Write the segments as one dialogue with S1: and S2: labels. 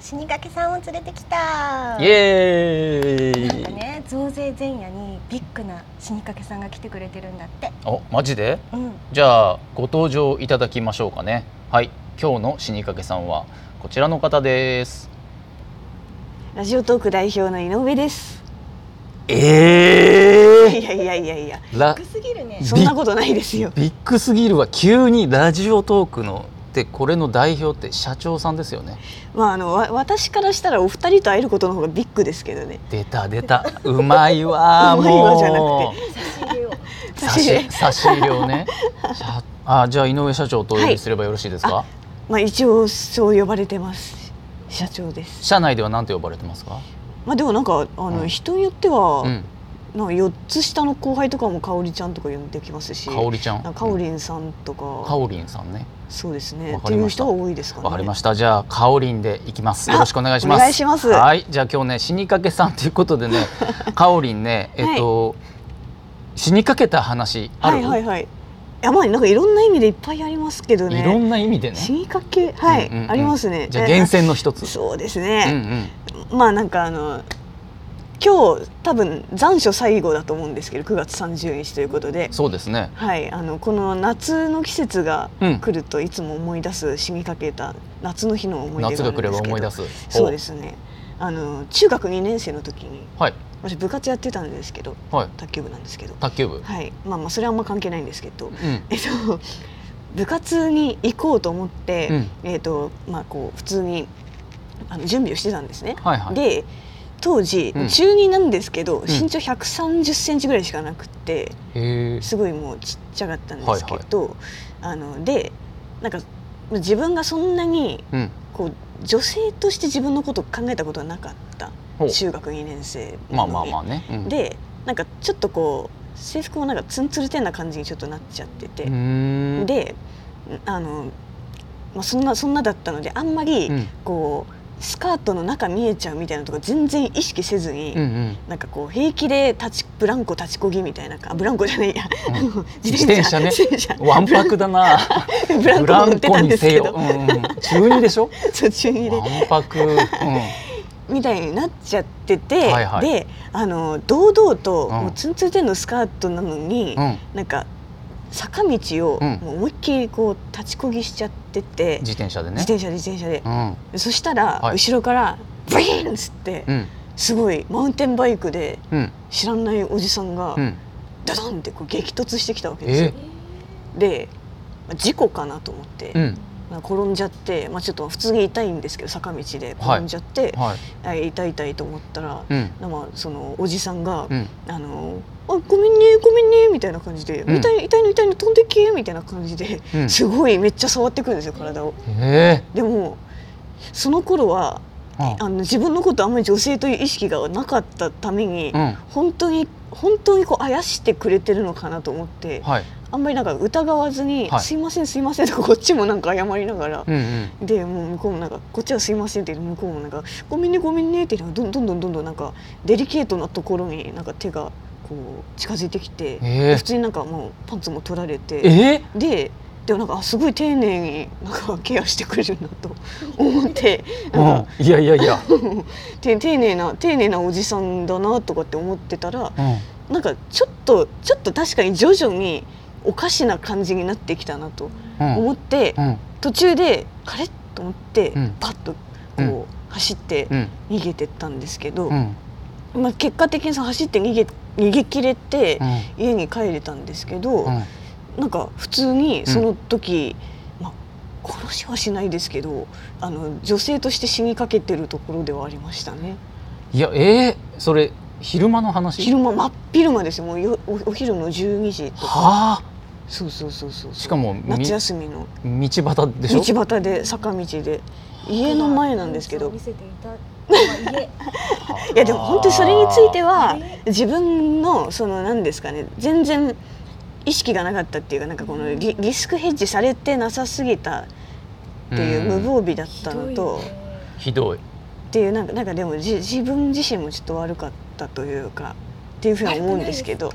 S1: 死神さんを連れてきた
S2: イエ
S1: なんか
S2: ーイ、
S1: ね増税前夜にビッグな死神さんが来てくれてるんだって
S2: おマジで
S1: うん
S2: じゃあご登場いただきましょうかねはい今日の死にかけさんはこちらの方です
S3: ラジオトーク代表の井上です。い
S2: え
S3: やいやいやいや、
S2: ー、ら
S1: 低すぎるね
S2: び
S3: そんなことないですよ。
S2: ビッグすぎるは急にラジオトークのでこれの代表って社長さんですよね
S3: まああのわ私からしたらお二人と会えることの方がビッグですけどね。
S2: 出た出たうまいわー
S3: うまいわ
S2: もう
S3: じゃなく
S1: 差し入れを
S2: 差し差し入れを ね社あじゃあ井上社長とお呼びすればよろしいですか、
S3: まあ一応そう呼ばれてます。社長です。
S2: 社内では何て呼ばれてますか、
S3: まあでもなんかあの、
S2: うん
S3: 人によっては、
S2: うん、
S3: なんか四つ下の後輩とかも香織ちゃんとか呼んできますし、
S2: かおりちゃん
S3: なんか香織んさんとか、
S2: かおりんさんね
S3: そうですね。
S2: わ
S3: っ
S2: か
S3: て
S2: り
S3: いう
S2: ました
S3: 人が多いですかね。
S2: わかりました。じゃあ、かおりんでいきます。よろしくお願いします。
S3: お願いします
S2: はい、じゃあ、今日ね、死にかけさんということで ね、かおりんね、えっと。死にかけた話あ
S3: は
S2: る、
S3: いはいはい。いやまあなんかいろんな意味でいっぱいありますけどね。
S2: いろんな意味でね。
S3: 死にかけはい、
S2: うんうんうん
S3: ありますね。
S2: じゃあ、
S3: え
S2: 厳選の一つ。
S3: そうです
S2: うんう
S3: ね、
S2: ん。
S3: まあなんかあの今日多分残暑最後だと思うんですけど9月30日ということで、
S2: そうですね。
S3: はい、あのこの夏の季節が
S2: うん
S3: 来るといつも思い出す死にかけた夏の日の思い出
S2: 夏
S3: があ
S2: が
S3: る
S2: 来れば
S3: んですけ
S2: 思い出
S3: ど
S2: す。。
S3: そうですすねあの中学2年生の時に
S2: はい。
S3: 私部活やってたんですけど
S2: はい。
S3: 卓球部なんですけど、
S2: 卓球部。
S3: はいまあ、まあそれはあんま関係ないんですけど、
S2: うん。
S3: えっと、部活に行こうと思って、
S2: うん。
S3: えーとまあ、こう普通にあの準備をしてたんですね。
S2: はいはい。
S3: で当時、
S2: うん
S3: 中2なんですけど
S2: ん
S3: 身長1 3 0センチぐらいしかなくて
S2: へえ。
S3: すごいもうちっちゃかったんですけど、あのでなんか自分がそんなに
S2: うん。
S3: こう女性として自分のことを考えたことはなかった
S2: ほう
S3: 中学2年生
S2: まあまあま
S3: あ
S2: あね。うん、
S3: でなんかちょっとこう制服もなんかツンツルてんな感じにちょっとなっちゃってて
S2: う、ーん。
S3: であの、まあ、そんなそんなだったのであんまり、
S2: うん。
S3: こうスカートの中見えちゃうみたいなとか全然意識せずに、
S2: うんうん。
S3: なんかこう平気で立ちブランコ立ちこぎみたいなあブランコじゃないや、
S2: うん
S3: 自
S2: 自
S3: 自転
S2: 転車ねわんぱくだな。
S3: 車 ブランコも乗ってたんですけ
S2: ブラン
S3: ど、
S2: コにせよ。うんうん、中二でしょ。
S3: 途中に
S2: わ
S3: で
S2: んぱく。うん。
S3: みたいになっちゃってて、
S2: はいはい
S3: であの堂々と、
S2: うん
S3: もうツンツンテンのスカートなのに、
S2: うん。
S3: なんか坂道を
S2: うん
S3: もう思いっきりこう立ちこぎしちゃってて、
S2: 自転車でね。
S3: 自転車で自転車で、
S2: うん。
S3: そしたら、
S2: はい
S3: 後ろからブイーンっつって、
S2: うん。
S3: すごいマウンテンバイクで
S2: うん。
S3: 知らないおじさんが、
S2: うん。
S3: ダダンってこう激突してきたわけですよ
S2: え。
S3: でまあ事故かなと思って、
S2: うん。
S3: まあ転んじゃって、まあ、ちょっと普通に痛いんですけど坂道で転んじゃって、
S2: はい。
S3: あ痛い痛いと思ったら、
S2: うん。
S3: まあ、そのおじさんが「
S2: うん。
S3: あのあごめんねごめんね」みたいな感じで「
S2: うん
S3: 痛い痛いの痛いの飛んでけ」みたいな感じで、
S2: うん。
S3: すごいめっちゃ触ってくるんですよ体を。
S2: え
S3: でもその頃は
S2: ー。
S3: あの自分のことあんまり女性という意識がなかったために、
S2: うん。うん。
S3: 本当に本当にこうあやしてくれてるのかなと思って、
S2: はい。
S3: あんまりなんか疑わずに「
S2: はい
S3: すいませんすいません」とかこ っちもなんか謝りながら、
S2: うんうん。
S3: でもう向こうもなんか「こっちはすいません」って言って向こうもなんか「ごめんねごめんね」って言ってどんどんどんどんどんなんかデリケートなところになんか手がこう近づいてきて、
S2: え
S3: 普通になんかもうパンツも取られ
S2: ー。
S3: て
S2: え
S3: ででもなんかあすごい丁寧になんかケアしてくれるなと 思ってなん
S2: ー。
S3: か、
S2: うん。いやいやいや。
S3: て丁寧な丁寧なおじさんだなとかって思ってたら
S2: うん。
S3: なんかちょっとちょっと確かに徐々におかしな感じになってきたなと
S2: うん。
S3: 思って、
S2: うん。
S3: 途中でカレッと思って、
S2: うん
S3: パッとこ
S2: う
S3: う、
S2: ん
S3: 走って
S2: うん。
S3: 逃げてったんですけど、
S2: うん。
S3: まあ、結果的にその走って逃げ逃げ切れて
S2: うん。
S3: 家に帰れたんですけど、
S2: うん。
S3: なんか普通にその時、まあ、殺しはしないですけどあの女性として死にかけてるところではありましたね
S2: いや、えー。それ、昼間の話。
S3: 昼間真っ昼間ですよもうよおお昼の12時とか
S2: はあ。
S3: そうそうそうそう
S2: しかも、み
S3: 夏休みの
S2: 道端でしょ。
S3: 道端で坂道で 家の前なんですけど
S1: 見せていたとはい
S3: いやでも本当にそれについては
S1: え
S3: 自分のその何ですかね全然意識がなかったっていうかなんかこのリリスクヘッジされてなさすぎたっていう無防備 だったのと、
S1: ひどいね
S2: ひどい。
S3: っていうなんかなんかでもじ自 分自身もちょっと悪かったというかっていうふうに思うんですけど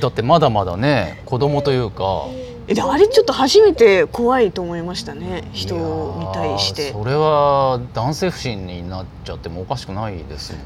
S2: だってまだまだね子供というか
S3: えであれちょっと初めて怖いと思いましたね人に対し
S2: い
S3: て
S2: やーそれは男性不信になっちゃってもおかしくないですも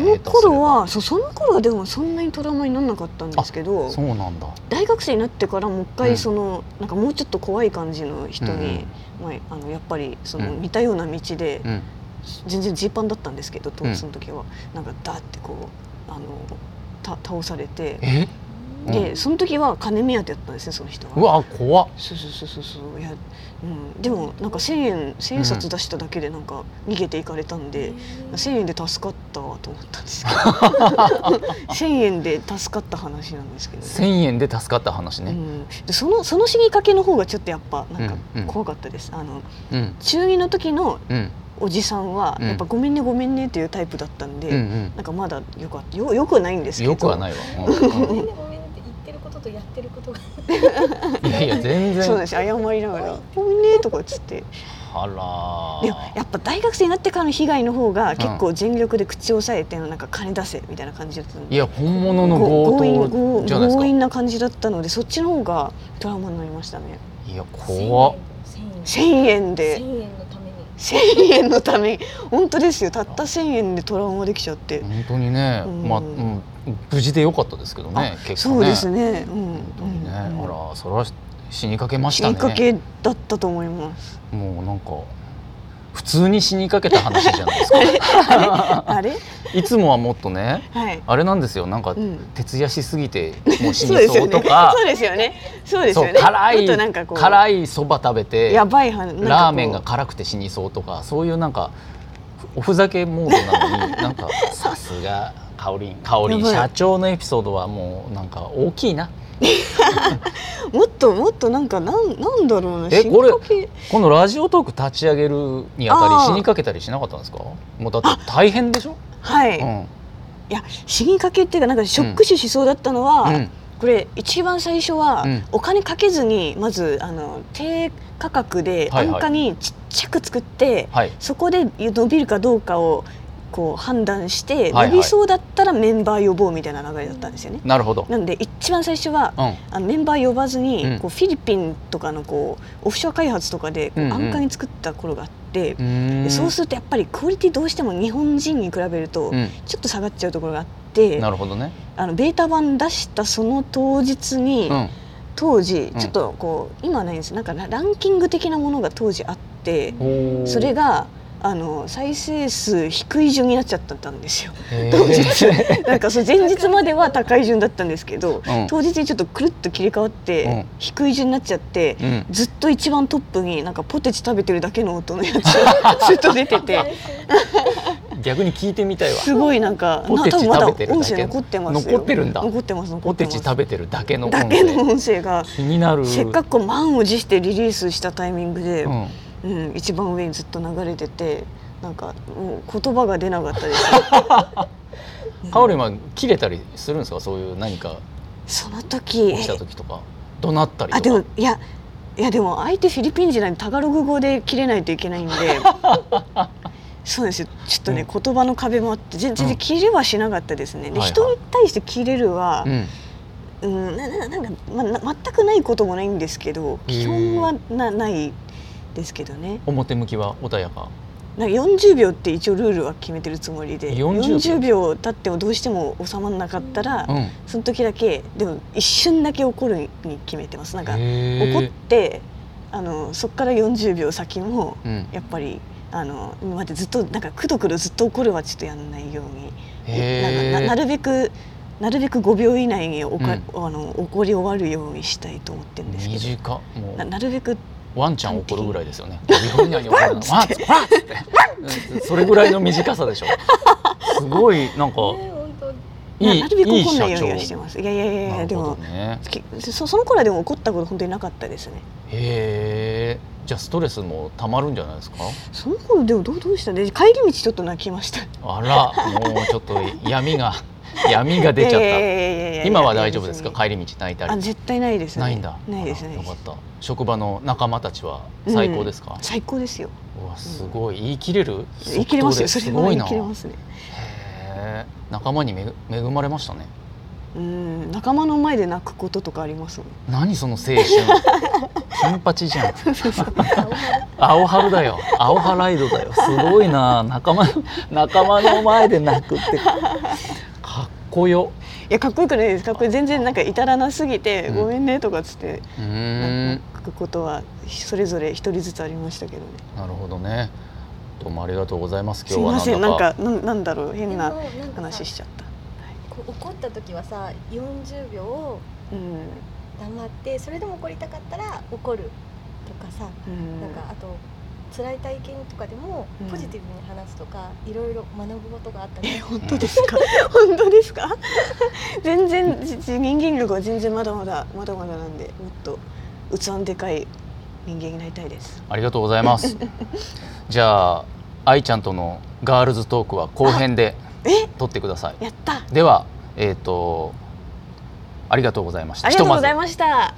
S2: んね
S3: その頃はそうその頃はでもそんなにトラウマにならなかったんですけ
S2: 下手
S3: ど
S2: すればそうなんだ
S3: 大学生になってからもう一
S2: うん
S3: 回その、なんかもうちょっと怖い感じの人に、まあ、あのやっぱりその
S2: うん
S3: 似たような道で、
S2: うん
S3: 全然ジーパンだったんですけど
S2: うん
S3: とその時は、なんかダーってこうあのた倒されて
S2: えうん
S3: でその時は金目当てだったんですねその人
S2: う
S3: は。
S2: わ怖っ
S3: そうそうそうそうそういや、うん、でもなんか1,000円1,000円札出しただけでなんか逃げていかれたんで、1,000円で助かったわと思ったんですけど 1,000円で助かった話なんですけどね、
S2: 1000円で助かった話
S3: う
S2: ね、
S3: ん、でそのその死にかけの方がちょっとやっぱなんか
S2: うんうん
S3: 怖かったです、あの
S2: うんうん
S3: 中二の時の
S2: うん
S3: おじさんは
S2: うん
S3: やっぱごめんねごめんねっていうタイプだったんで、
S2: うん
S3: なんかまだよかよよくはないんですけど
S2: よくはないいわ、う
S4: ご
S2: ん
S4: めんねごめんねって言ってることとやってることが
S2: うんいやいや全
S3: そうな
S2: 然
S3: んです謝りながら「ごめんね」とかっつって
S2: あ
S3: でもやっぱ大学生になってからの被害の方が
S2: ん
S3: 結構全力で口を押さえてなんか金出せみたいな感じだったん
S2: らい
S3: で
S2: や本物の
S3: こう
S2: 強
S3: 強
S2: 盗
S3: 引
S2: じゃない
S3: 強
S2: です
S3: 引な感じだったのでそっちの方がトラウマになりましたね
S2: かいや怖っ
S3: 1000
S4: 1000
S3: 円
S4: 円
S3: で
S4: 1000円のために
S3: 1000円のために本当ですよたった1000円でトラウマできちゃって、
S2: 本当にね、
S3: うん
S2: まあ、うん、無事でよかったですけどね結
S3: そ
S2: 構
S3: う
S2: ね
S3: ですねうん
S2: 本当にね、
S3: うん
S2: あらそれは死にかけまし
S3: 死
S2: たね
S3: にかけだったと思います
S2: もうなんか普通に死にかけた話じゃないです か
S3: あれ
S2: いつもはもっとね
S3: はい、
S2: あれなんですよなんか、
S3: うん、
S2: 徹夜しすぎ てもう死
S3: そうで
S2: にそ
S3: すよ
S2: う
S3: ね
S2: とか
S3: そうですよねそうですよ
S2: そう
S3: ね
S2: 辛
S3: もっとなんか
S2: い
S3: こう
S2: 辛いそば食べて
S3: やばいはなんかこう
S2: ラーメンが辛くて死にそうとかそういうなんかおふざけモードなのになんかさすがかおりんかおりん
S3: やばい
S2: 社長のエピソードはもうなんか大きいな
S3: もっともっとなんかなんなんだろうな
S2: え
S3: 死に
S2: これ
S3: かけ
S2: このラジオトーク立ち上げるにあた
S3: あ
S2: り
S3: ー
S2: 死にかけたりしなかったんですかもうだって大変でしょ、
S3: はい、
S2: う
S3: い
S2: ん
S3: や死にかけっていうかなんかショック死しそうだったのは、
S2: うん
S3: これ一番最初は、
S2: うん
S3: お金かけずにまずあの低価格で
S2: はいはい
S3: 安価にちっちゃく作って、
S2: はい
S3: そこで伸びるかどうかをこう判断して、
S2: はいはい
S3: 伸びそうだったらメンバー呼ぼうみたいな流れだったんですよね。
S2: なるほど、
S3: なんで一番最初は
S2: うん、
S3: あのメンバー呼ばずに、
S2: うん
S3: こうフィリピンとかのこうオフショア開発とかでこう
S2: うんうん
S3: 安価に作った頃があって、
S2: うー
S3: で
S2: ん
S3: そうするとやっぱりクオリティどうしても日本人に比べると
S2: うん
S3: ちょっと下がっちゃうところがあって、
S2: なるほどね、
S3: あのベータ版出したその当日に、
S2: うん、
S3: 当時
S2: うん
S3: ちょっとこう、今はないんですなんかラランキング的なものが当時あって
S2: おー
S3: それがあの再生数低い順になっちゃった んですよ
S2: へー
S3: 当日なんかそう前日までは高い順だったんですけど
S2: うん
S3: 当日にちょっとくるっと切り替わっ
S2: うん
S3: て低い順になっちゃって。
S2: うん
S3: ずっと一番トップになんかポテチ食べてるだけの音 のやつがずっと出てて
S2: 逆に聞いてみたいわ
S3: すごいなんか
S2: ポテチ
S3: な多分まだ
S2: 食べてるだけ
S3: 音声残ってますよ
S2: 残ってるんだ
S3: 残ってます残
S2: ポ
S3: って
S2: テ
S3: ま
S2: チ
S3: す
S2: 食べてるだけの音
S3: だけの
S2: 声
S3: 音声が
S2: 気になる
S3: せっかくこう満を持してリリースしたタイミングで、
S2: う
S3: うん
S2: ん、
S3: 一番上にずっと流れててなんかもう言葉が出なかったです
S2: カオリンは切れたりするんですかそういう何か
S3: その時
S2: 起きた時とか怒鳴ったり
S3: あ
S2: と
S3: で
S2: か
S3: もいやいやでも相手フィリピン人なんでタガログ語で切れな いといけないんでそうですよちょっとね、
S2: うで
S3: 言葉の壁もあって全全
S2: うん
S3: 然切れはしなかったですね、
S2: はい
S3: で
S2: はい
S3: 人に対して切れるは、
S2: うん
S3: うん、なななんか、まな全くないこともないんですけど基本はなないですけどね
S2: 表向きは穏やか
S3: なんか40秒って一応ルールは決めてるつもりで
S2: 40
S3: 40秒経ってもどうしても収まらなかったら、
S2: うん
S3: その時だけでも一瞬だけ怒るに決めてますなんか
S2: へ
S3: 怒っ
S2: ー
S3: てあのそこから40秒先も
S2: うん
S3: やっぱりあの今までずっとなんかくどくどずっと怒るはちょっとやんないように
S2: へ
S3: なんかなな
S2: ー
S3: るべくなるべく5秒以内におか、
S2: う
S3: あの怒り終わるようにしたいと思ってるんですけど
S2: 短も
S3: な
S2: う
S3: なるべく
S2: ワンちゃん怒るぐらいですよね5秒以内に怒るのワンつってワンっつってうんそれぐらいの短さでしょすごいなんか
S4: ね本当
S2: いい
S3: ななるべく
S2: いい
S3: 怒ん
S2: 社
S3: ないようにはして
S2: 長
S3: ますいやいやいやい
S2: な
S3: や
S2: る
S3: で
S2: ほど
S3: も
S2: ね
S3: きそその頃はでも怒ったこと本当になかったですね
S2: へえじゃあストレスもたまるんじゃないですか
S3: その頃でもどうどうしたね帰り道ちょっと泣きました
S2: あら、 もうちょっと闇が闇が出ちゃっ
S3: いやい
S2: た。
S3: やいやいやいや
S2: 今は大丈夫ですか？
S3: 別に
S2: 帰り道泣いた
S3: あ
S2: り。
S3: 絶対ないですね
S2: ないんだ。
S3: ないです
S2: あ
S3: ね
S2: らよかった。職場の仲間たちは最高ですか？
S3: 最高ですよ
S2: うわすごい言い切れる。
S3: 言い切れますよそ
S2: 即答ですご
S3: れはい言い
S2: な。
S3: 切れますね
S2: へえ。仲間にめぐ恵まれましたね。
S3: うん仲間の前で泣くこととかあります
S2: 何その青春金八じゃん青春だよ青春ライドだよすごいな仲間仲間の前で泣くってかっこよ
S3: いやかっこよくないですかっこいい全然なんか至らなすぎて、
S2: うん
S3: ごめんねとかっつって
S2: うーん
S3: 泣くことはそれぞれ一人ずつありましたけどね
S2: なるほどねどうもありがとうございます
S3: すい
S2: 今
S3: ま
S2: 日
S3: せ
S2: は
S3: んな
S2: なん
S3: ん
S2: だか
S3: かなんなんだろう変な
S4: でもなんかさ
S3: 話しちゃった、
S4: こう怒った時はさ40秒を
S3: うん
S4: 黙ってそれでも怒りたかったら怒るとかさ、
S3: うん、
S4: なんかあと辛い体験とかでも
S3: うん
S4: ポジティブに話すとか、いろいろ学ぶことがあったり
S3: え本当ですか 本当ですか 全然じじ人間力は全然まだまだまだまだなんでもっと器のでかい人間になりたいです
S2: ありがとうございますじゃあ愛ちゃんとのガールズトークは後編で
S3: え
S2: 撮ってください
S3: やった
S2: ではえっ、とありがとうございました
S3: ありがとうござい
S2: ひま
S3: ました